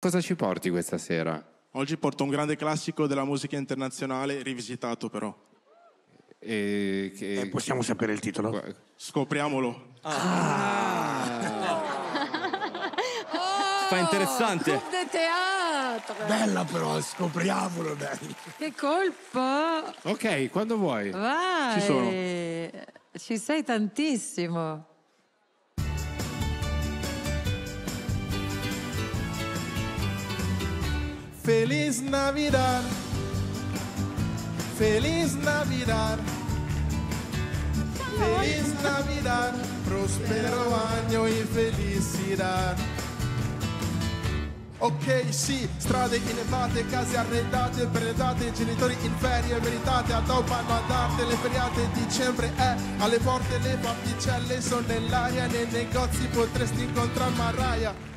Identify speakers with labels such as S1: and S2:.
S1: Cosa ci porti questa sera?
S2: Oggi porto un grande classico della musica internazionale, rivisitato però.
S1: E che-
S3: Eh, possiamo sapere il titolo?
S1: qua-
S2: Scopriamolo.
S4: Fa interessante.
S5: Club de teatro.
S3: Bella però, scopriamolo, bello.
S5: Che colpo!
S1: Ok, quando vuoi.
S5: Vai!
S2: Ci sono.
S5: Ci sei tantissimo.
S6: Feliz Navidad. Feliz Navidad. Feliz Navidad. Prospero año y felicidad. Ok, sì, strade inevate, case arredate, predate, genitori in ferie, meritate, addobbano ad arte le feriate, dicembre eh. è alle porte, le particelle sono nell'aria, nei negozi potresti incontrare Mariah.